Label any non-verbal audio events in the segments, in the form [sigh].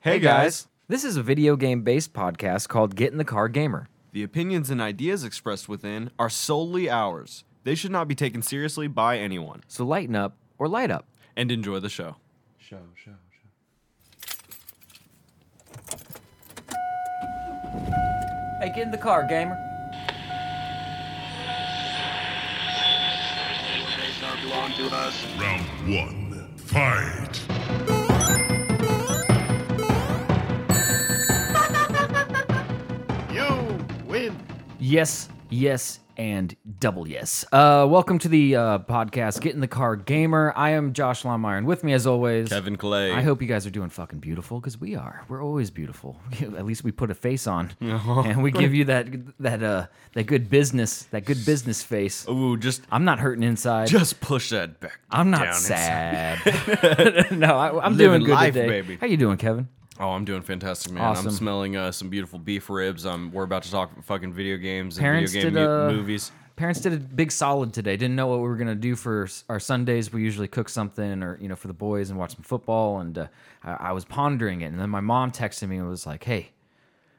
Hey guys! This is a video game based podcast called Get in the Car Gamer. The opinions and ideas expressed within are solely ours. They should not be taken seriously by anyone. So lighten up or light up. And enjoy the show. Show, show, show. Hey, get in the car, gamer. Round one, fight! Yes, yes, and double yes. Uh, welcome to the uh, podcast Get in the Car Gamer. I am Josh Longmire, and with me, as always, Kevin Clay. I hope you guys are doing fucking beautiful because we are. We're always beautiful. [laughs] At least we put a face [laughs] on, and we give you that that uh that good business that good business face. Ooh, just I'm not hurting inside. just push that back. I'm not down inside. sad. [laughs] [laughs] no, I, I'm Living doing good life, today. baby. How you doing, Kevin? Oh, I'm doing fantastic, man. Awesome. I'm smelling uh, some beautiful beef ribs. I'm, we're about to talk fucking video games and Parents video game did, mu- uh, movies. Parents did a big solid today. Didn't know what we were gonna do for s- our Sundays. We usually cook something, or you know, for the boys and watch some football. And uh, I, I was pondering it, and then my mom texted me and was like, "Hey,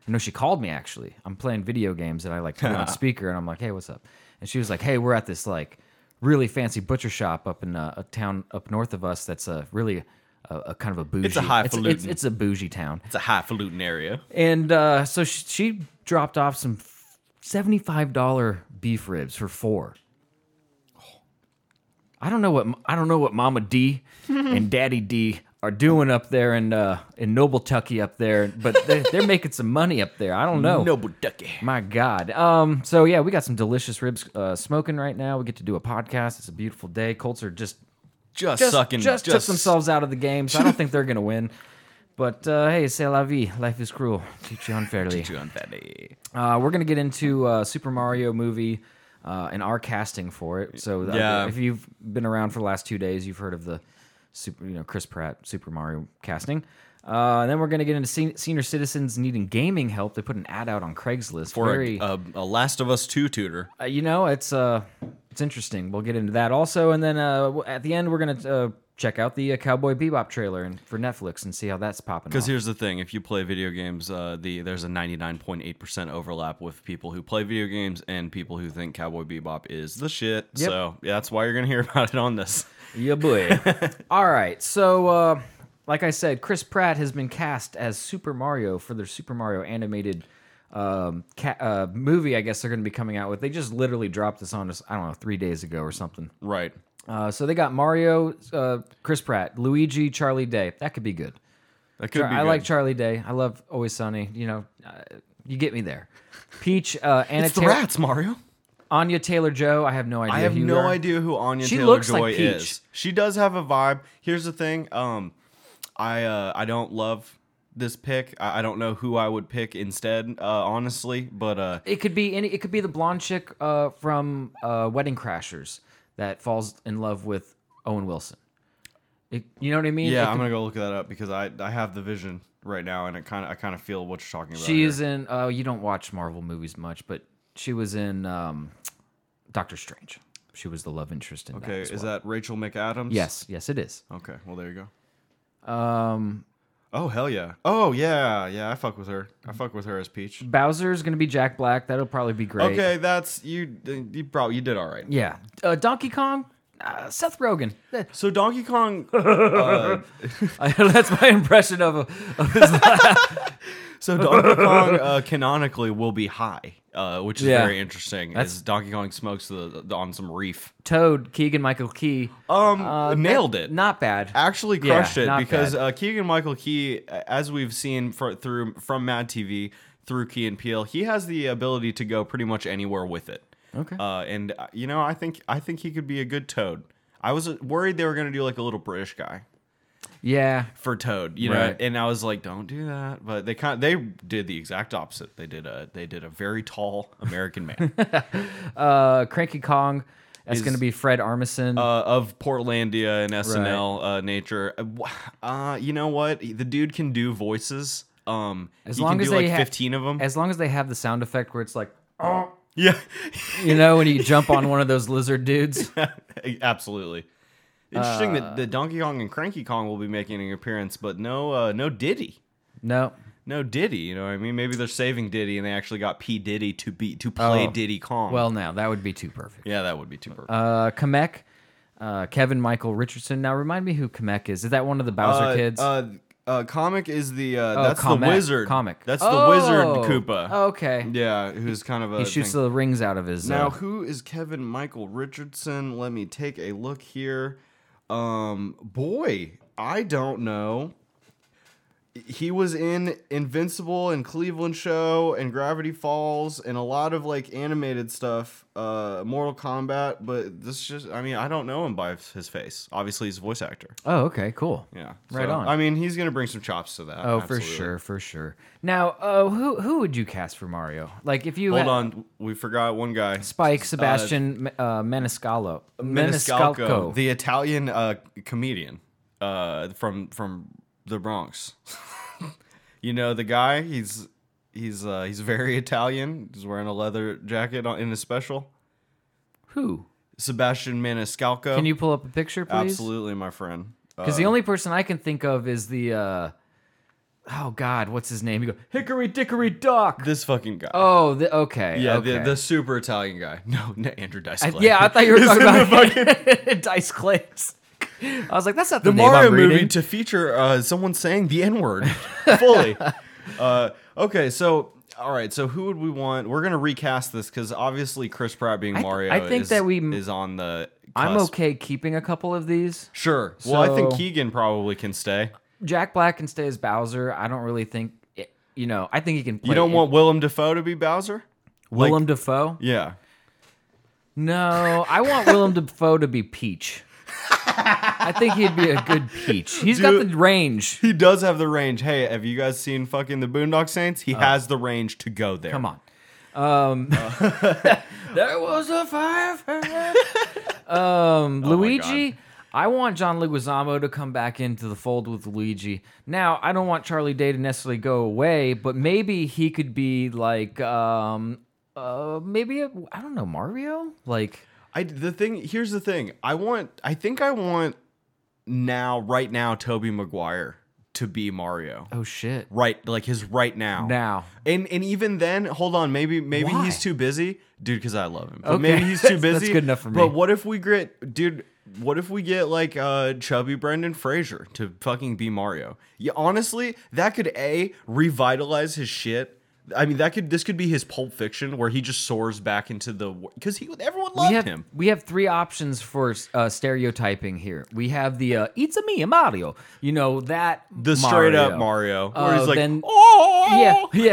I know she called me actually. I'm playing video games and I like [laughs] put it on speaker, and I'm like, "Hey, what's up?" And she was like, "Hey, we're at this like really fancy butcher shop up in uh, a town up north of us. That's a really." A, a kind of a bougie. It's, highfalutin. it's a bougie town. It's a highfalutin area. And uh, so she, she dropped off some $75 beef ribs for four. I don't know what I don't know what Mama D and Daddy D are doing up there in uh, in Noble Tucky up there, but they're, they're making some money up there. I don't know. Noble ducky. My God. Um. So yeah, we got some delicious ribs uh, smoking right now. We get to do a podcast. It's a beautiful day. Colts are just Just, just, sucking. just, took themselves out of the game, so I don't think they're [laughs] gonna win. But uh, hey, c'est la vie. Life is cruel. Treat you unfairly. Chewing fatty. Uh, we're gonna get into uh, Super Mario movie uh, and our casting for it. So uh, Yeah. if you've been around for the last two days, you've heard of the super, you know, Chris Pratt Super Mario casting. Uh, and then we're gonna get into sen- senior citizens needing gaming help. They put an ad out on Craigslist. For Very, a, a, a Last of Us 2 tutor. uh, you know, it's uh, it's interesting. We'll get into that also, and then uh, w- at the end, we're gonna uh, check out the uh, Cowboy Bebop trailer and for Netflix and see how that's popping. Because off. here's the thing: if you play video games, uh, the there's a 99.8 percent overlap with people who play video games and people who think Cowboy Bebop is the shit. Yep. So yeah, that's why you're gonna hear [laughs] about it on this. Yeah, boy. All right. So, uh, like I said, Chris Pratt has been cast as Super Mario for their Super Mario animated um, ca- uh, movie. I guess they're going to be coming out with. They just literally dropped this on us. I don't know, three days ago or something. Right. Uh, so they got Mario, uh, Chris Pratt, Luigi, Charlie Day. That could be good. That could Char- be. I good. like Charlie Day. I love Always Sunny. You know, uh, you get me there. Peach, uh, [laughs] Anna, it's the Ta- rats, Mario. Anya Taylor Joe. I have no idea. I have who you no are. idea who Anya She Taylor looks Joy like Peach. is. She does have a vibe. Here's the thing: um, I uh, I don't love this pick. I, I don't know who I would pick instead, uh, honestly. But uh, It could be any. It could be the blonde chick uh, from uh, Wedding Crashers that falls in love with Owen Wilson. It, you know what I mean? yeah, It I'm could- gonna go look that up because I I have the vision right now, and it kind of I kind of feel what you're talking about. she here. is in. Oh, you don't watch Marvel movies much, but she was in um, Doctor Strange. She was the love interest in that. Okay, as is Oh. well. that Rachel McAdams? Yes, yes, it is. Okay, well there you go. Um, Oh hell yeah. Oh yeah, yeah. I fuck with her. I fuck with her as Peach. Bowser's gonna be Jack Black. That'll probably be great. Okay, that's you. You probably you did all right. Yeah. Uh, Donkey Kong. Uh, Seth [laughs] Rogen. Eh, So Donkey Kong. uh, That's my impression of, uh, a, of his so Donkey Kong uh, canonically will be high, uh, which is Yeah. very interesting. As Donkey Kong smokes the, the- on some reef. Toad, Keegan Michael Key. Um, Uh, nailed it. Uh, Not bad. actually Yeah, crushed it not because bad. uh, Keegan Michael Key, a- as we've seen for, through from Mad TV through Key and Peele, he has the ability to go pretty much anywhere with it. Okay. Uh, and uh, you know, I think I think he could be a good Toad. I was uh, worried they were gonna do like a little British guy yeah. for Toad, you know, Right. and I was like, don't do that. But they kind they did the exact opposite. They did a they did a very tall American [laughs] man Uh, Cranky Kong. That's Is- going to be Fred Armisen. uh, of Portlandia and SNL uh, nature. Uh, wh- Uh, you know what? The dude can do voices. Um, as you long can as do they like ha- fifteen of them. As long as they have the sound effect where it's like, yeah, [laughs] you know, when you jump on one of those lizard dudes. absolutely. Interesting that, that Donkey Kong and Cranky Kong will be making an appearance, but uh, no, uh, no Diddy. No. No Diddy, you know what I mean? Maybe they're saving Diddy and they actually got P Diddy to be to play Oh. Diddy Kong. Well, now that would be too perfect. yeah, that would be too perfect. Uh, Kamek, uh, Kevin Michael Richardson. Now remind me who Kamek is. Is that one of the Bowser Uh, kids? Uh, uh, comic is the uh, Oh, that's Comic. the wizard. Comic. That's Oh, the wizard Koopa. Okay. Yeah, who's kind of a he shoots thing. the rings out of his. now uh, who is Kevin Michael Richardson? Let me take a look here. Um, boy, I don't know. He was in Invincible and Cleveland Show and Gravity Falls and a lot of like animated stuff, uh, Mortal Kombat. But this just—I mean, I don't know him by his face. Obviously, he's a voice actor. oh, okay, cool. Yeah, Right on. I mean, he's gonna bring some chops to that. Oh, for absolutely. sure, for sure. Now, oh, who who would you cast for Mario? Like, if you Hold had on, we forgot one guy. Spike, Sebastian, uh, Maniscalco, Maniscalco, the Italian uh, comedian uh, from from the Bronx. [laughs] you know the guy. He's he's uh, he's very Italian. He's wearing a leather jacket on, in his special. who? Sebastian Maniscalco. Can you pull up a picture, please? absolutely, my friend? Because the only person I can think of is the, uh, oh God, what's his name? You go Hickory Dickory Dock. this fucking guy. oh, the, okay. yeah, okay. the, the super Italian guy. [laughs] No, no Andrew Dice I- Clay. yeah, I thought you were Is talking in the about [laughs] fucking- Dice Clays. I was like, that's not the, the name Mario I'm movie reading. to feature uh, someone saying the N word [laughs] fully. uh, okay, so all right, so who would we want? We're gonna recast this because obviously Chris Pratt being I th- Mario. I think is, that we- is on the. I'm cusp. okay keeping a couple of these. Sure. well, I think So- Keegan probably can stay. Jack Black can stay as Bowser. I don't really think, it, you know, I think he can. Play You don't it. want Willem Dafoe to be Bowser? Willem Dafoe. Yeah. No, I want Willem Dafoe to be Peach. I think he'd be a good Peach. He's got Dude. the range. He does have the range. Hey, have you guys seen fucking the Boondock Saints? He has the range to go there. Uh, Come on. [laughs] Um, [laughs] there was a fire. Oh um, Luigi. I want John Leguizamo to come back into the fold with Luigi. Now, I don't want Charlie Day to necessarily go away, but maybe he could be like, um, uh, maybe I I don't know Mario. Like, I the thing here's the thing. I want I think I want now right now Toby Maguire to be Mario. oh shit, Right like his right now. now And and even then, hold on, maybe maybe Why? he's too busy. Dude, cuz I love him. But Okay. maybe he's too [laughs] That's- busy. that's good enough for me. But what if we get dude what if we get like uh chubby Brendan Fraser to fucking be Mario? Yeah, honestly, that could a revitalize his shit. I mean, that could this could be his Pulp Fiction where he just soars back into the because he everyone loved we have him. we have three options for uh, stereotyping here. We have the uh, "It's a me, Mario." You know that the straight up Mario, where Oh, he's like, then- oh, Yeah, [laughs]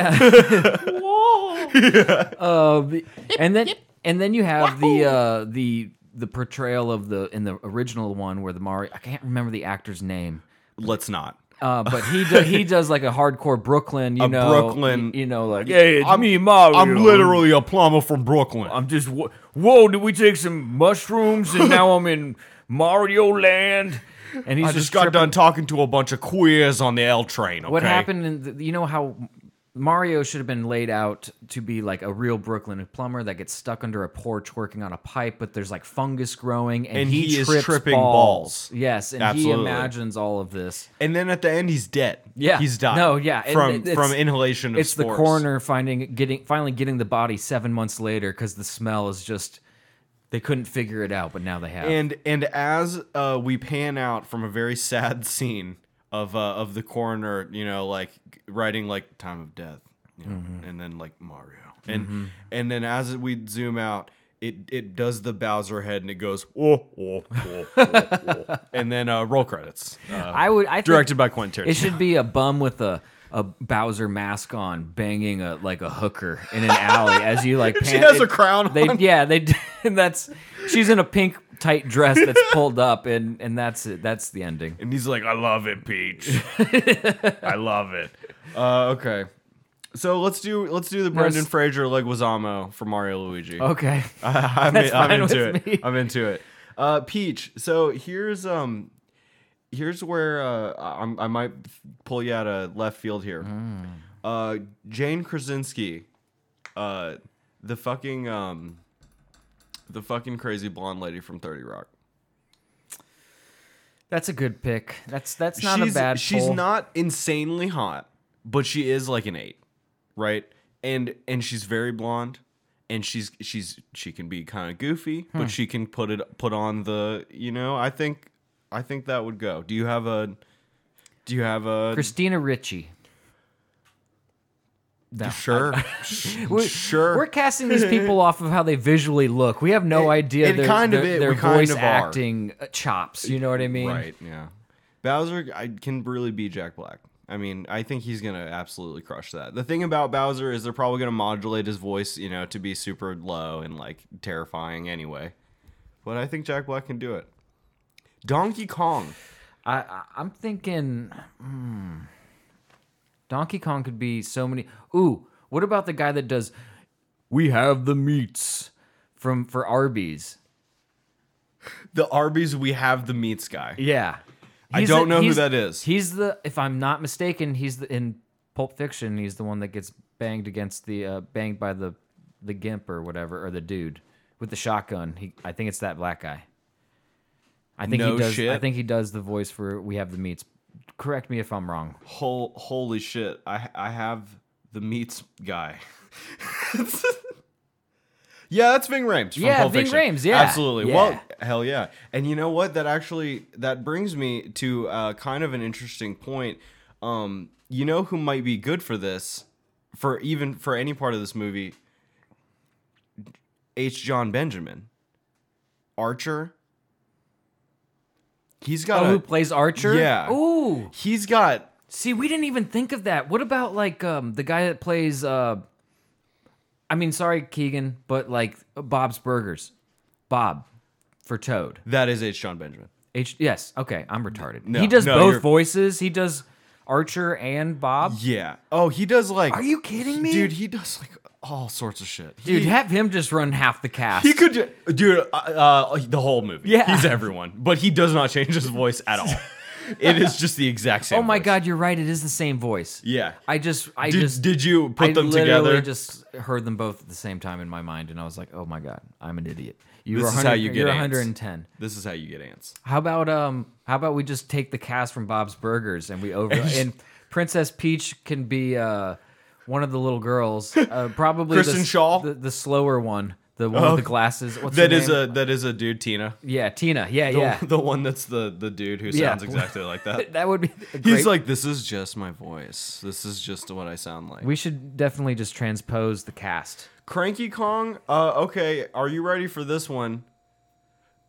yeah. [laughs] Uh, the- and then and then you have the uh, the the portrayal of the in the original one where the Mario I can't remember the actor's name, let's not. uh, but he [laughs] do, he does like a hardcore Brooklyn, you A know, Brooklyn- y- you know, like hey, it's me, Mario. a plumber from Brooklyn. I'm just wh- whoa. Did we take some mushrooms and now [laughs] I'm in Mario Land? And he's tripping- talking to a bunch of queers on the L train. Okay? What happened in the, you know how Mario should have been laid out to be like a real Brooklyn plumber that gets stuck under a porch working on a pipe, but there's like fungus growing and, And he, he is trips tripping balls. balls. Yes, and he Absolutely. imagines all of this. And then at the end, he's dead. Yeah. he's died. No, yeah, it- from it's- from inhalation. Of it's the spores. coroner finding getting finally getting the body seven months later because the smell is just they couldn't figure it out, but now they have. And and as uh, we pan out from a very [laughs] sad scene of uh, of the coroner, you know, like writing like time of death, you know, and then like Mario, and and then as we zoom out. It, it does the Bowser head and it goes oh, oh, oh, oh, oh." and then uh, roll credits uh, I would I think- directed by Quentin It Tarantino. should be a bum with a a Bowser mask on, banging a like a hooker in an alley as you [laughs] like. She has a crown They on. yeah they [laughs] and that's she's in a pink tight dress [laughs] that's pulled up and and that's it that's the [laughs] ending. and he's like I love it [laughs] Peach I love it uh, okay so let's do let's do the Brendan s- Fraser Leguizamo for Mario Luigi Okay, [laughs] I'm, That's I'm fine into with it. me. I'm into it. Uh, Peach. So here's um, here's where uh, I- I'm, I might pull you out of left field here. Mm. Uh, Jane Krasinski, uh, the fucking um, the fucking crazy blonde lady from Thirty Rock. that's a good pick. That's that's not she's, a bad. She's pull. not insanely hot, but she is like an eight, right? And and she's very blonde, and she's she's she can be kind of goofy, Hmm. but she can put it put on the you know. I think I think that would go. Do you have a do you have a Christina Ritchie. No. [laughs] sure We're, sure We're casting these people off of how they visually look. We have no idea and their, kind of their, it, their we kind voice of are. acting uh, chops. You know what I mean? right? Yeah, Bowser I can really be Jack Black. I mean, I think he's gonna absolutely crush that. The thing about Bowser is they're probably gonna modulate his voice, you know, to be super low and like terrifying anyway. But I think Jack Black can do it. Donkey Kong. I, I I'm thinking hmm, Donkey Kong could be so many. Ooh, what about the guy that does? We have the meats from for Arby's. The Arby's we have the meats guy. Yeah, I don't know who he's- that is. He's the if I'm not mistaken, he's the in Pulp Fiction. He's the one that gets banged against the uh, banged by the the gimp or whatever or the dude with the shotgun. He I think it's that black guy. I think No he does. I shit. think he does the voice for We Have the Meats. Correct me if I'm wrong. Hol- holy shit. I I have the meats guy. [laughs] yeah, that's Ving Rhames from Yeah, Pulp Ving Fiction. Rhames, yeah. Absolutely. Well, Yeah. hell yeah. And you know what? That actually that brings me to uh, kind of an interesting point. Um, you know who might be good for this for even for any part of this movie? H. John Benjamin. Archer. He's got Oh, a- who plays Archer? Uh, Yeah. Ooh. he's got See, we didn't even think of that. What about like um the guy that plays uh I mean, sorry Keegan, but like Bob's Burgers. Bob for Toad. that is H. John Benjamin. H yes, okay, I'm retarded. No, he does no, both you're- voices. He does Archer and Bob. Yeah. Oh, he does like. Are you kidding me? dude? He does like all sorts of shit. He- Dude, have him just run half the cast. he could, ju- dude. Uh, uh, the whole movie. Yeah. he's everyone, but he does not change his voice at [laughs] all. it is just the exact same. oh my voice. god, you're right. It is the same voice. Yeah. I just I did, just did you put I them literally together? Just heard them both at the same time in my mind, and I was like, "Oh my god, I'm an idiot." You This were is 100 how you get You're ants. 110. this is how you get ants. How about um? How about we just take the cast from Bob's Burgers and we [laughs] over and Princess Peach can be uh one of the little girls, uh, probably the Kristen s- Shaw? Oh, the, the slower one, the one with the glasses. What's That her is name? a that is a dude, Tina. yeah, Tina. Yeah, The, yeah. [laughs] the one that's the the dude who Yeah. sounds exactly like that. [laughs] that would be. A [laughs] great, He's like, this is just my voice. This is just what I sound like. we should definitely just transpose the cast. Cranky Kong. Uh, okay, are you ready for this one?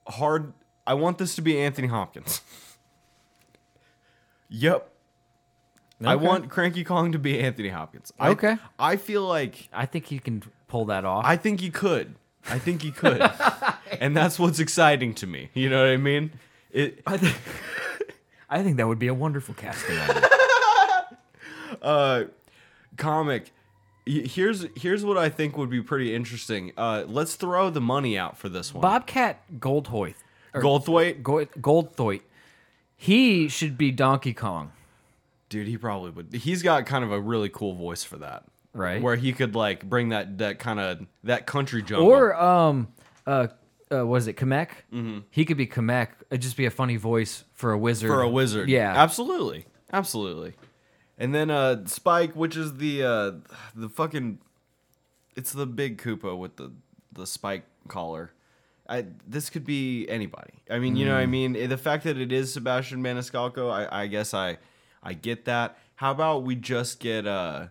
Hard. I want this to be Anthony Hopkins. [laughs] yep. I Okay. want Cranky Kong to be Anthony Hopkins. I, Okay. I feel like I think you can pull that off. I think he could. I think he [laughs] could. and that's what's exciting to me. You know what I mean? It. I think, I think that would be a wonderful [laughs] casting. Uh, comic. y- Here's here's what I think would be pretty interesting. Uh, let's throw the money out for this one. Bobcat Goldthwait, or Goldthwait. Go- Goldthwait, he should be Donkey Kong. Dude, he probably would. He's got kind of a really cool voice for that, Right. Where he could like bring that that kind of that country jungle. Or um, uh, uh what is it, Kamek? Mm-hmm. He could be Kamek. It'd just be a funny voice for a wizard. for a wizard, Yeah. absolutely, absolutely. And then uh Spike, which is the uh the fucking, it's the big Koopa with the the spike collar. I, this could be anybody. I mean, you know, Mm. what I mean, Eh, the fact that it is Sebastian Maniscalco, I, I guess I, I get that. How about we just get uh,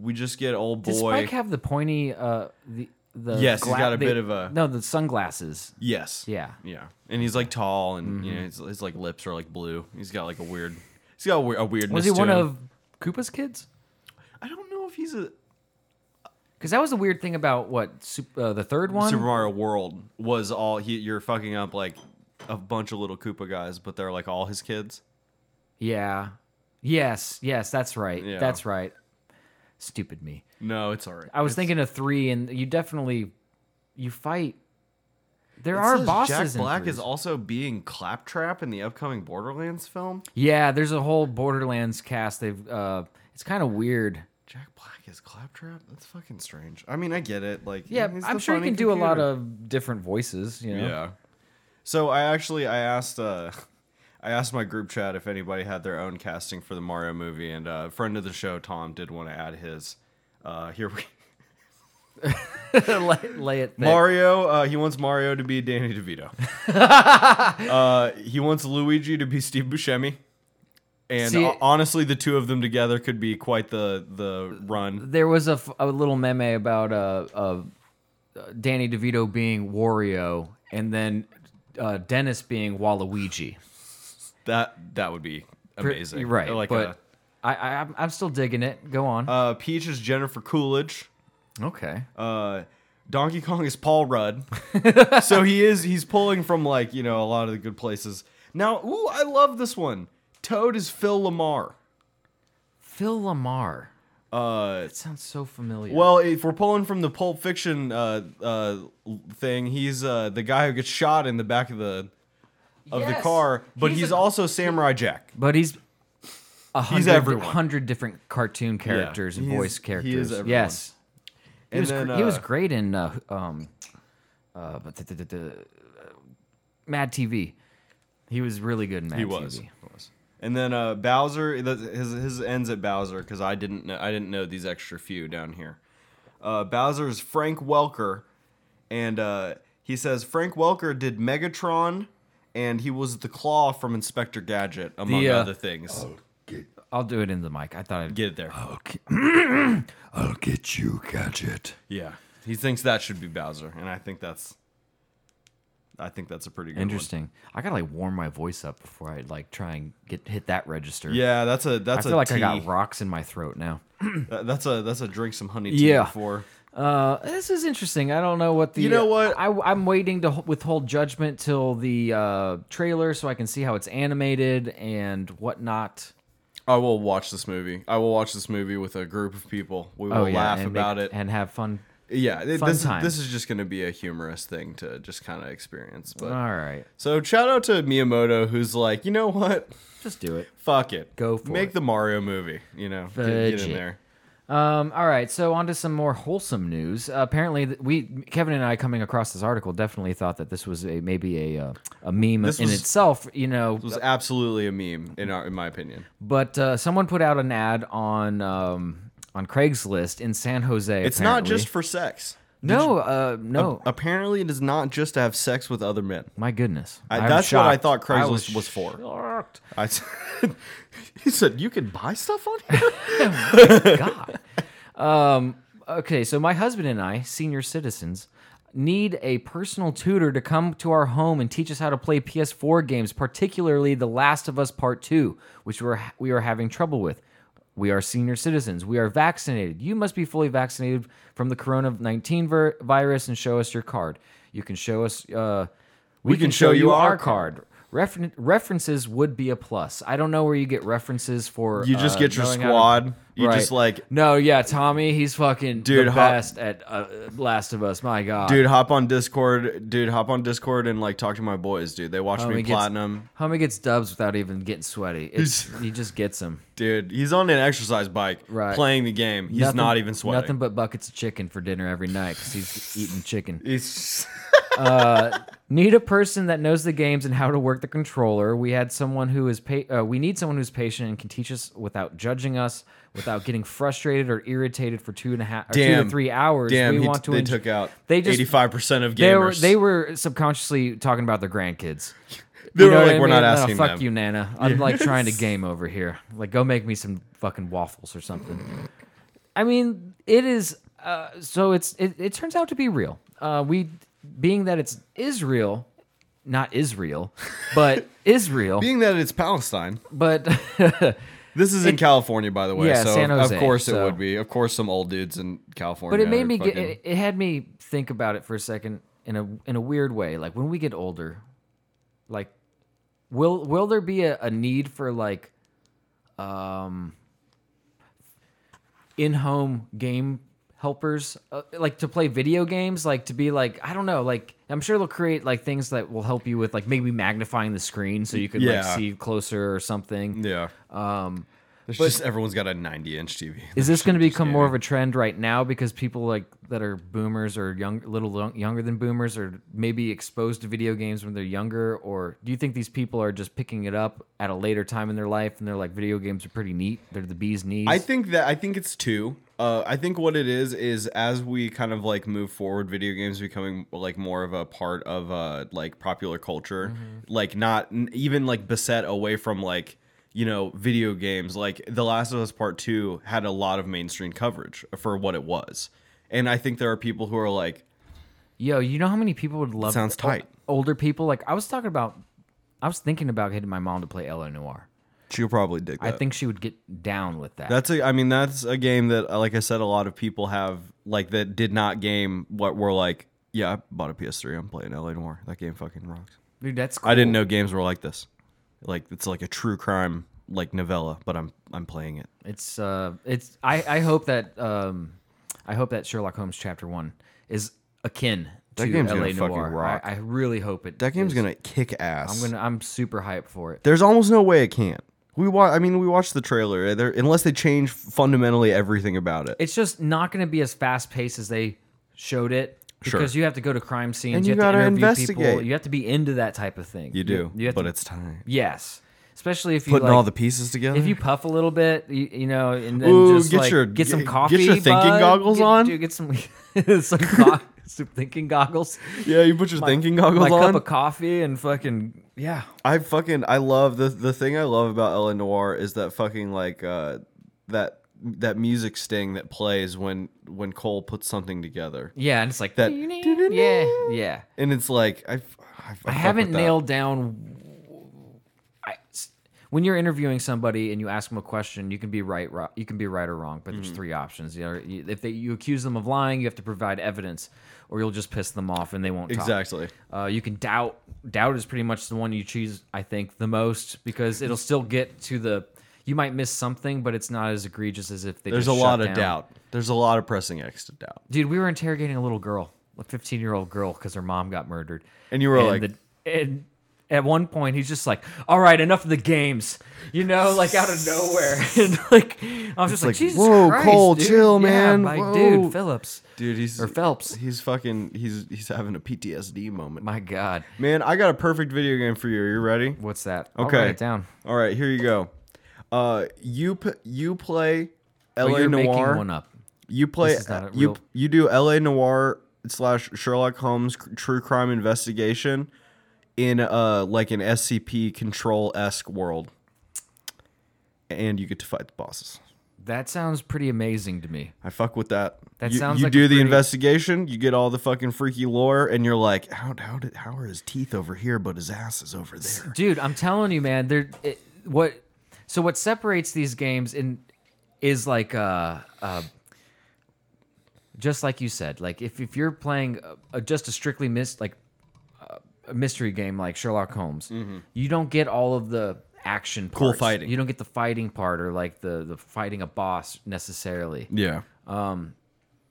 we just get old boy. Does Spike have the pointy uh the the Yes, he's got a the- bit of a- no the sunglasses. Yes. Yeah. Yeah. And he's like tall, and you Mm-hmm. know, his, his like lips are like blue. He's got like a weird. He's got a, weir- a weirdness. Was he to one him. of Koopa's kids? I don't know if he's a Because that was the weird thing about what Sup- uh, the third one. Super Mario World was all he. You're fucking up like a bunch of little Koopa guys, but they're like all his kids. Yeah. Yes. Yes. That's right. Yeah. That's right. Stupid me. No, it's all right. I was thinking of three, and you definitely you fight. There It are says bosses. Jack Black in is threes. also being Claptrap in the upcoming Borderlands film. Yeah, there's a whole Borderlands cast. They've uh, it's kind of weird. Jack Black is Claptrap. That's fucking strange. I mean, I get it. Like, Yeah, he's I'm the sure you funny can do a lot computer. of different voices. You know, Yeah. So I actually I asked uh [laughs] I asked my group chat if anybody had their own casting for the Mario movie, and uh, a friend of the show, Tom, did want to add his. Uh, here we [laughs] lay, lay it. thick. Mario. Uh, he wants Mario to be Danny [laughs] DeVito. uh, he wants Luigi to be Steve Buscemi. And See- ho- honestly, the two of them together could be quite the the run. there was a, f- a little meme about uh, uh, Danny DeVito being Wario and then uh, Dennis being Waluigi. That that would be [laughs] amazing, You're right. Like but I I, I'm, I'm still digging it. Go on. a, uh, Peach is Jennifer Coolidge. okay. uh, Donkey Kong is Paul [laughs] Rudd. so he is he's pulling from like, you know, a lot of the good places. Now, ooh, I love this one. Toad is Phil Lamar. Phil Lamar. Uh That sounds so familiar. well, if we're pulling from the Pulp Fiction uh, uh, thing, he's uh, the guy who gets shot in the back of the of the Yes. car, but he's, He's a- also Samurai Jack. but he's a hundred, everyone. hundred different cartoon characters and He's- voice he is characters. everyone. yes. He And was, gr- then, he was uh, great in uh, um, uh, but the, the, the, the, Mad TV. He was really good in Mad He TV. was. was. And then uh, Bowser, that's- his, his ends at Bowser because I didn't know, I didn't know these extra few down here. Uh, Bowser is Frank Welker, and uh, he says Frank Welker did Megatron, and he was the Claw from Inspector Gadget, among uh, other things. I'll do it in the mic. I thought I'd Get it there. [clears throat] I'll get you, Gadget. Yeah, he thinks that should be Bowser, and I think that's, I think that's a pretty good one. interesting. I gotta like warm my voice up before I like try and get hit that register. Yeah, that's a I that's a feel like I tea. got rocks in my throat now. That- That's a that's a drink some honey tea Yeah. before. Uh, this is interesting. I don't know what the You know what? I, I'm waiting to h- withhold judgment till the uh, trailer so I can see how it's animated and whatnot. I will watch this movie. I will watch this movie with a group of people. We will laugh Oh, and make- about it. and have fun. yeah, it- fun this, time. this is just going to be a humorous thing to just kind of experience. But All right, so shout out to Miyamoto, who's like, you know what? just do it. Fuck it. Go for Make it. the Mario movie. You know, get, get in Fudge it. there. Um, all right, so on to some more wholesome news. Uh, apparently, th- we Kevin and I coming across this article definitely thought that this was a maybe a uh, a meme This in was- itself. You know, It was absolutely a meme in our, in my opinion. but uh, someone put out an ad on um, on Craigslist in San Jose. It's not apparently. just Oh, for sex. no, uh, no. Apparently, it is not just to have sex with other men. My goodness. I- I'm that's what I shocked. thought Craigslist was, was for. shocked. I s- [laughs] he said, "You can buy stuff on [laughs] here." God. um, okay, so my husband and I, senior citizens, need a personal tutor to come to our home and teach us how to play PS4 games, particularly The Last of Us Part 2, which we're, we are having trouble with. We are senior citizens. We are vaccinated. You must be fully vaccinated from the corona 19 vir- virus and show us your card. You can show us. Uh, we, can show you our card. Referen- references would be a plus. I don't know where you get references for. You just uh, get your knowing how to- squad. You just like no, yeah, Tommy, he's fucking Dude, the hop- best at uh, Last of Us. My God, Dude, hop on Discord. Dude, hop on Discord and like talk to my boys, dude. They watch Homie me Oh, gets- platinum. Homie gets dubs without even getting sweaty. It's, he just gets them. Dude, he's on an exercise bike Right. playing the game. He's not even sweating. Nothing but buckets of chicken for dinner every night because he's eating chicken. [laughs] Uh, He's Need a person that knows the games and how to work the controller. We had someone who is pa- uh, we need someone who's patient and can teach us without judging us, without getting frustrated or irritated for two and a half, or two Damn. to three hours. damn. we he- want to they enj- took out They just- 85% of gamers. They were they were subconsciously talking about their grandkids. They You were know like, what I "We're not mean? No, asking fuck them." you, Nana. I'm like trying to game over here. Like, go make me some fucking waffles or something. I mean, it is. Uh, so it's it, it turns out to be real. Uh, we being that it's Israel, not Israel, but [laughs] Israel, Being that it's Palestine, but [laughs] this is in California, by the way. Yeah, so San of- Jose, of course it so- would be. Of course, some old dudes in California. but it made are me get fucking- it, it had me think about it for a second in a in a weird way like when we get older like will will there be a, a need for like um in-home game helpers uh, like to play video games like to be like i don't know like i'm sure they'll create like things that will help you with like maybe magnifying the screen so you could Yeah. like see closer or something Yeah. There's just everyone's got a 90 inch TV. Is this going to become more of a trend right now because people like that are boomers or young, little lo- younger than boomers, or maybe exposed to video games when they're younger? Or do you think these people are just picking it up at a later time in their life and they're like, video games are pretty neat. They're the bee's knees. I think that I think it's two. Uh, I think what it is is as we kind of like move forward, video games becoming like more of a part of uh like popular culture, like not n- even like beset away from like you know video games. Like The Last of Us Part Two had a lot of mainstream coverage for what it was, and I think there are people who are like, Yo, you know how many people would love Sounds tight. o- older people? Like I was talking about, I was thinking about getting my mom to play L.O. Noir. she'll probably dig. That. I think she would get down with that. That's a. I mean, that's a game that, uh, like I said, a lot of people have like that did not game what were like. Yeah, I bought a PS3. I'm playing LA Noir. That game fucking rocks. Dude, that's cool. I didn't know games were like this. Like it's like a true crime like novella, but I'm I'm playing it. It's uh, it's I I hope that um, I hope that Sherlock Holmes chapter one is akin That to game's L.A. gonna fucking Noir. rock. I, I really hope it. That game's is. gonna kick ass. I'm gonna. I'm super hyped for it. There's almost no way it can't. We wa- I mean, we watched the trailer. There, unless they change fundamentally everything about it. It's just not gonna be as fast paced as they showed it. Sure. Because you have to go to crime scenes, And you, you have gotta to interview people, investigate. you have to be into that type of thing. you do, You have but to, it's time yes, especially if you putting like, all the pieces together. if you puff a little bit, you, you know, and then Ooh, just get like, your- get some get- get coffee, your thinking bud. goggles Get- on. dude, get some [laughs] some, co- [laughs] some thinking goggles, yeah, you put your thinking goggles my on. cup of coffee, and fucking yeah. I fucking I love the the thing I love about Ellen Noir is that fucking like uh that that music sting that plays when when Cole puts something together. Yeah, and it's like That- Yeah, yeah. And it's like I I, I fuck I haven't with that. nailed down. I, s- when you're interviewing somebody and you ask them a question, you can be right, ro- you can be right or wrong, but Mm-hmm. there's three options. You know, you- if they, you accuse them of lying, you have to provide evidence, or you'll just piss them off and they won't. Talk. exactly. Uh, you can doubt. Doubt is pretty much the one you choose, I think, the most because it'll still get to the. You might miss something, but it's not as egregious as if they. There's a just shut lot of down. doubt. There's a lot of pressing X to doubt. dude. We were interrogating a little girl, a 15 year old girl, because her mom got murdered. And you were And like- the- and at one point, he's just like, "All right, enough of the games," you know, like out of nowhere, [laughs] and like I was just like, like, "Jesus whoa, Christ, Cole, dude. chill, Yeah, man. my Whoa." dude, Phillips, Dude, he's or Phelps, he's fucking he's he's having a PTSD moment. my God, Man, I got a perfect video game for you. Are you ready? what's that? Okay. I'll write it down. All right, here you go. Uh you p- you play LA Oh, you're Noir. making one up. You play This is not a you real- you do L.A. Noir slash Sherlock Holmes cr- true crime investigation in uh like an SCP control esque world, and you get to fight the bosses. That sounds pretty amazing to me. I fuck with that. That you, sounds You like do a the pretty- investigation. You get all the fucking freaky lore, and you're like, how how did how are his teeth over here, but his ass is over there? dude i'm telling you man there it, what so what separates these games in is like uh uh just like you said like if, if you're playing a, a, just a strictly mis like uh, a mystery game like sherlock holmes you don't get all of the action Mm-hmm. Cool parts. fighting. you don't get the fighting part or like the the fighting a boss necessarily Yeah. now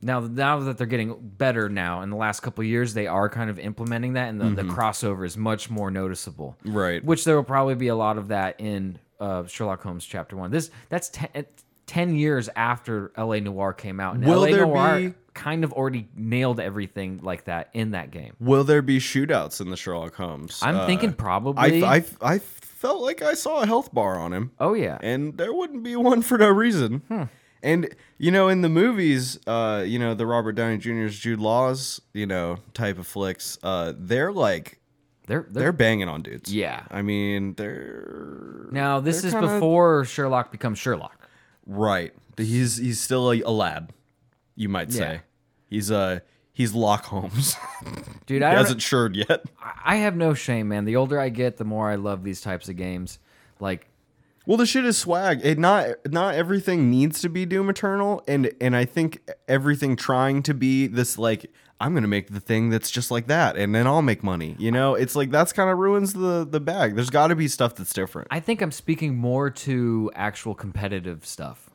now that they're getting better now in the last couple of years they are kind of implementing that and the, the crossover is much more noticeable Mm-hmm. Right. which there will probably be a lot of that in uh, sherlock holmes chapter one this that's uh, ten, 10 years after la noir came out and Will la there noir be- kind of already nailed everything like that in that game Will there be shootouts in the Sherlock Holmes? i'm Uh, thinking I, probably I I felt like I saw a health bar on him. oh yeah and there wouldn't be one for no reason. Hmm. And you know, in the movies, uh, you know, the Robert Downey Jr.'s Jude Law's, you know, type of flicks, uh, they're like they're, they're, they're banging on dudes. Yeah. I mean, they're now this they're is kinda- before sherlock becomes sherlock right. He's he's still a, a lad, you might say. Yeah. He's uh he's Lock Holmes. [laughs] dude he i don't, hasn't sure yet. i have no shame man the older i get the more i love these types of games like Well, the shit is swag. It not not everything needs to be Doom Eternal, and and I think everything trying to be this like I'm gonna make the thing that's just like that, and then I'll make money. You know, it's like that's kind of ruins the the bag. There's got to be stuff that's different. I think I'm speaking more to actual competitive stuff.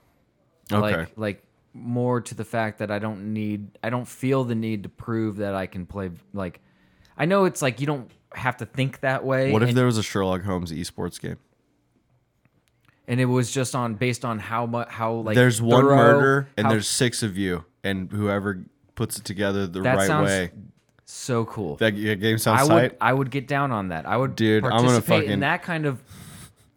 Like like more to the fact that I don't need I don't feel the need to prove that I can play like I know it's like you don't have to think that way. what if and- there was a Sherlock Holmes esports game? and it was just on based on how much how like there's one thorough- murder and how- there's six of you, and whoever puts it together the That right sounds- way. so cool. That g- game I sounds would tight. I would get down on that. I would Dude, I'm gonna participate fucking- in that kind of.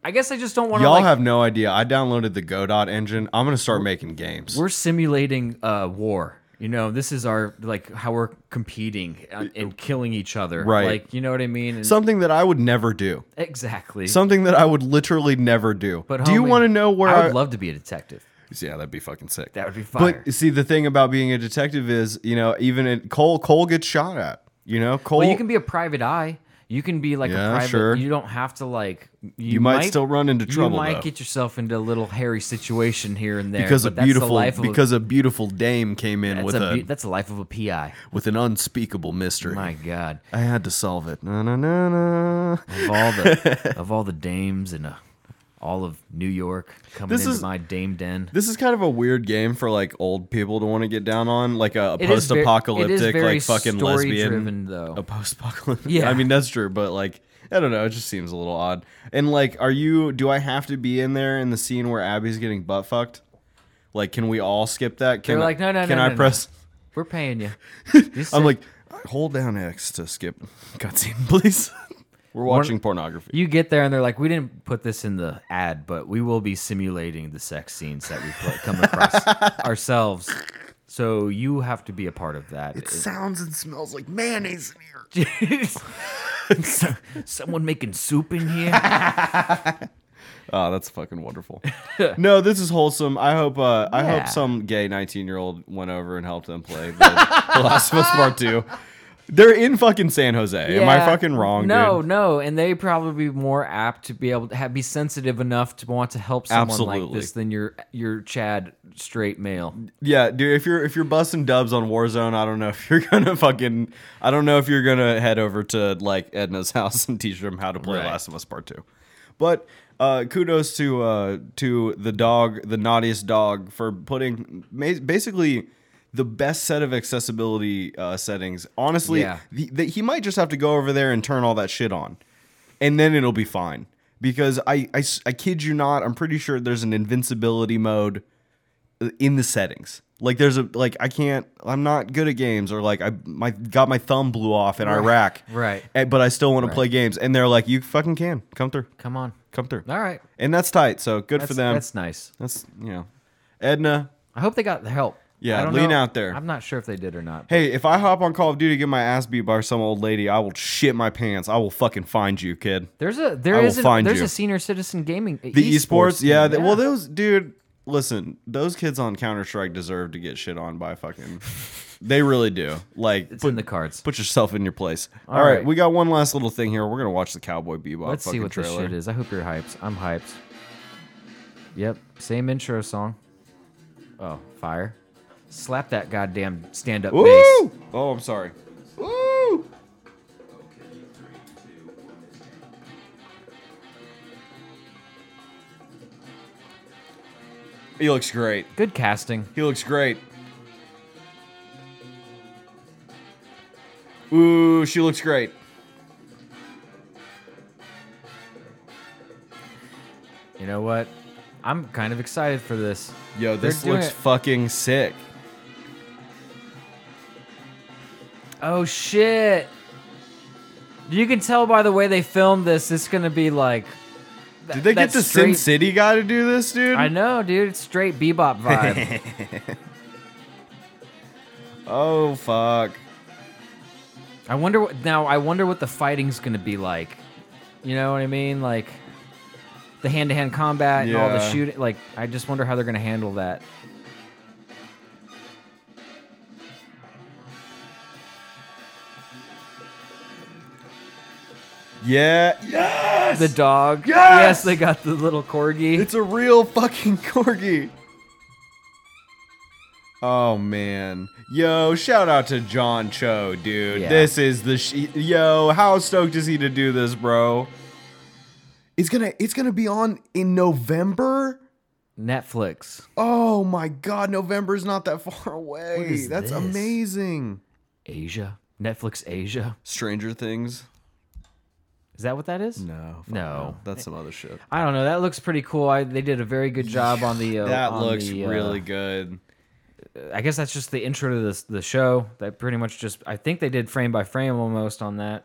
I guess I just don't want to. Y'all Like, have no idea. I downloaded the Godot engine. I'm gonna start making games. we're simulating uh, war. You know, this is our like how we're competing and, and killing each other. Right. Like, you know what I mean? And- Something that I would never do. exactly. [laughs] Something that I would literally never do. but do you homie, want to know where I I, would love to be a detective. Yeah, that'd be fucking sick. That would be fire. But see, the thing about being a detective is, you know, even at Cole, Cole gets shot at. You know, Cole. well, you can be a private eye. You can be like Yeah, a private. sure. You don't have to like. You, You might still run into trouble, You might though. get yourself into a little hairy situation here and there because but a that's the beautiful life of a- because a beautiful dame came in that's with a, a, be- that's the life of a PI. with an unspeakable mystery. My God, I had to solve it. Na na na na. of [laughs] all the of all the dames in a, all of New York coming This into is- my dame den. This is kind of a weird game for like old people to want to get down on, like a, It is ver- it is post-apocalyptic, very like fucking story-driven, lesbian. though. A post-apocalyptic. Yeah. I mean that's true, but like I don't know, it just seems a little odd. And like, are you? Do I have to be in there in the scene where Abby's getting butt fucked? Like, can we all skip that? Can They're I- like, no, no, Can no, I no, no. press? We're [laughs] paying you. You said- I'm like, hold down X to skip cutscene, [laughs] please. We're watching pornography. [laughs] you get there and they're like, we didn't put this in the ad, but we will be simulating the sex scenes that we pl- [laughs] come across ourselves. So you have to be a part of that. It- sounds and smells like mayonnaise in here. So- [laughs] Someone making soup in here. Oh, that's fucking [laughs] wonderful. no, this is wholesome. I hope uh, I Yeah. hope some gay 19-year-old went over and helped them play The, The Last of Us Part 2. [laughs] They're in fucking San Jose. Am I Yeah. fucking wrong, No, dude? no, and they probably be more apt to be able to have, be sensitive enough to want to help someone like Absolutely. this than your your Chad straight male. Yeah, dude, if you're if you're busting dubs on Warzone, I don't know [laughs] if you're gonna fucking I don't know if you're gonna head over to like Edna's [laughs] house and teach them how to play Right. Last of Us Part 2. But uh, kudos to uh, to the dog, the naughtiest dog, for putting ma- basically the best set of accessibility uh, settings. Honestly, Yeah. the, the, he might just have to go over there and turn all that shit on, and then it'll be fine. Because I, I s- I kid you not, I'm pretty sure there's an invincibility mode in the settings. Like there's a like I can't I'm not good at games or like I my got my thumb blew off in Iraq. [laughs] right. And- but I still want to play games and they're like you fucking can. Come through. Come on, Come through. all right, And that's tight. So good that's, for them. That's, That's nice. you know. Edna, I hope they got the help. Yeah, I don't lean know. out there. I'm not sure if they did or not. hey, if I hop on Call of Duty to get my ass beat by some old lady, I will shit my pants. I will fucking find you, kid. There's a I there will is a, find there's you. a senior citizen gaming uh, The esports, team, yeah, th- Well, those dude, listen, those kids on Counter Strike deserve to get shit on by [laughs] fucking. they really do. Like, it's put- in the cards. Put yourself in your place. All All right. right. we got one last little thing here. We're gonna watch the Cowboy Bebop. Let's see fucking what trailer. this shit is. I hope you're hyped. I'm hyped. Yep, same intro song. Oh, fire! Slap that goddamn stand up Woo! bass. Oh, I'm sorry. Woo! He looks great. Good casting. He looks great. Ooh, she looks great. You know what? I'm kind of excited for this. Yo, They're this doing looks it. fucking sick. Oh shit! You can tell by the way they filmed this. It's gonna be like. Did they get that's the Sin straight- City guy to do this, dude? I know, dude. It's straight [laughs] bebop vibe. Oh fuck. I wonder what now. I wonder what the fighting's gonna be like. You know what I mean? Like the hand-to-hand combat and all the Yeah. shooting. Like I just wonder how they're gonna handle that. Yeah. Yes. The dog. Yes! Yes, they got the little corgi. It's a real fucking corgi. Oh man. Yo, shout out to John Cho, dude. Yeah. This is the sh- yo, how stoked is he to do this, bro? It's going to it's going to be on in November? Netflix. Oh my god, November's not that [laughs] far away. is That's this? amazing. Asia. Netflix Asia. Stranger Things. Is that what that is? No, fuck No. that's some other shit. I don't know. That looks pretty cool. I, they did a very good job on the. Uh, That on looks the, uh, really good. I guess that's just the intro to this the show. That pretty much just I think they did frame by frame almost on that.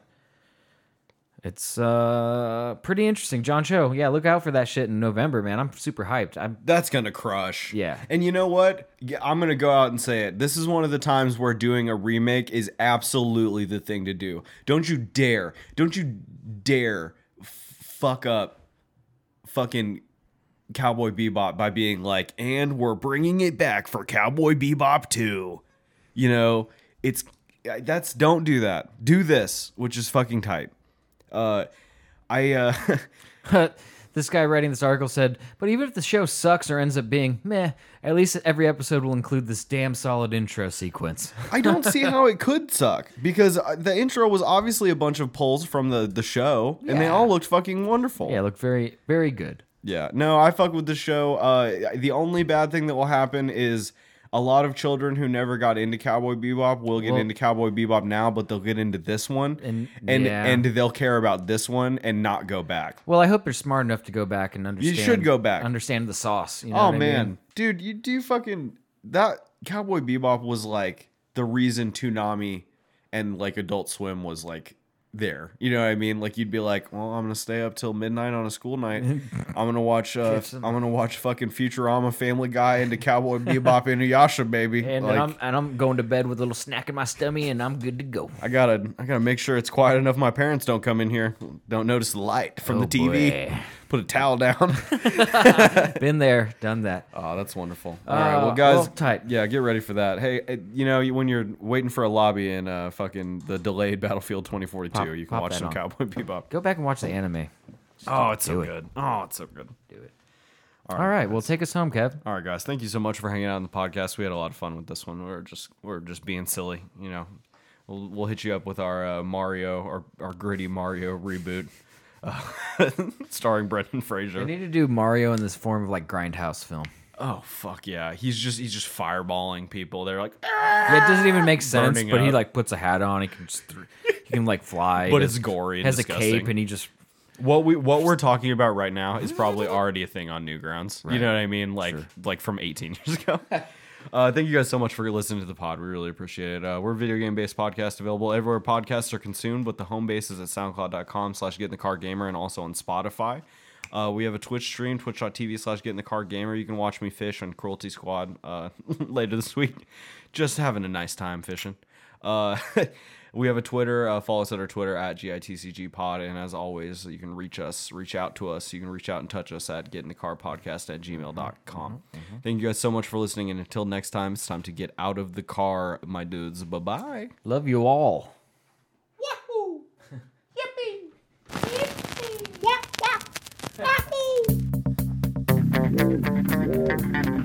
It's uh pretty interesting. John Cho, yeah, look out for that shit in November, man. I'm super hyped. I'm That's gonna crush. Yeah. And you know what? Yeah, I'm gonna go out and say it. This is one of the times where doing a remake is absolutely the thing to do. Don't you dare! Don't you dare f- fuck up fucking Cowboy Bebop by being like, and we're bringing it back for Cowboy Bebop 2. You know, it's that's don't do that. Do this, which is fucking tight. Uh, I uh, [laughs] this guy writing this article said, but even if the show sucks or ends up being meh, at least every episode will include this damn solid [laughs] intro sequence. I don't see how it could suck because uh, the intro was obviously a bunch of pulls from the the show, and they Yeah. all looked fucking wonderful. yeah, it looked very very good. Yeah. No, I fuck with the show. Uh, the only bad thing that will happen is a lot of children who never got into Cowboy Bebop will get Well- into Cowboy Bebop now, but they'll get into this one, And- and, yeah. and they'll care about this one and not go back. Well, I hope you're smart enough to go back and understand. should go back. Understand the sauce. You know oh what I man, mean? dude, you do fucking that Cowboy Bebop was like the reason Toonami and like Adult Swim was like there. You know what I mean? Like you'd be like, well, I'm gonna stay up till midnight on a school [laughs] night. I'm gonna watch. Uh, I'm gonna watch fucking Futurama, Family Guy, into Cowboy Bebop, Inuyasha, baby. [laughs] And, um, like, and I'm and I'm going to bed with a little snack in my stomach, and I'm good to go. I gotta, I gotta make sure it's quiet enough. My parents don't come in here, don't notice the light from Oh, the TV. boy. Put a towel down. [laughs] Been there, done that. Oh, that's wonderful. All right, well, Uh, guys, well, tight. Yeah, get ready for that. Hey, uh, you know you- when you're waiting for a lobby in uh, fucking the delayed [laughs] Battlefield 2042, Pop- you can pop watch that some on. Cowboy Bebop. Go back and watch the anime. [laughs] Oh, it's so it. good. Oh, it's so good. All right, well, take us home, Kev. All right, guys, thank you so much for hanging out on the podcast. We had a lot of fun with this one. We are just we are just being silly, you know. We'll, we'll hit you up with our uh, Mario, our, our gritty Mario reboot, uh, [laughs] starring Brendan Fraser. We need to do Mario in this form of like grindhouse film. oh fuck yeah, he's just he's just fireballing people. They're like, Yeah, it doesn't even make sense, Burning but he up. like puts a hat on. He can just th- he can like [laughs] fly. But He it's gory and has disgusting. a cape, and he just What we what we're talking about right now is probably already a thing on Newgrounds. You Right. know what I mean? Like like from 18 years ago. Uh, thank you guys so much for listening to the pod. We really appreciate it. Uh, we're a video game based podcast available everywhere podcasts are consumed, but the home base is at soundcloud.com slash get in the car gamer and also on Spotify. Uh, we have a Twitch stream, twitch.tv slash get in the car gamer. You can watch me fish on Cruelty Squad uh, [laughs] later this week. Just having a nice time fishing. Uh, [laughs] we have a Twitter. Uh, follow us at our Twitter at GITCG pod. And as always, you can reach us, reach out to us. You can reach out and touch us at getinthecarpodcast at gmail.com. Thank you guys so much for listening. And until next time, it's time to get out of the car, my dudes. Bye bye. love you all. Wahoo! Yippee! Yippee! Wah wah! Wahoo!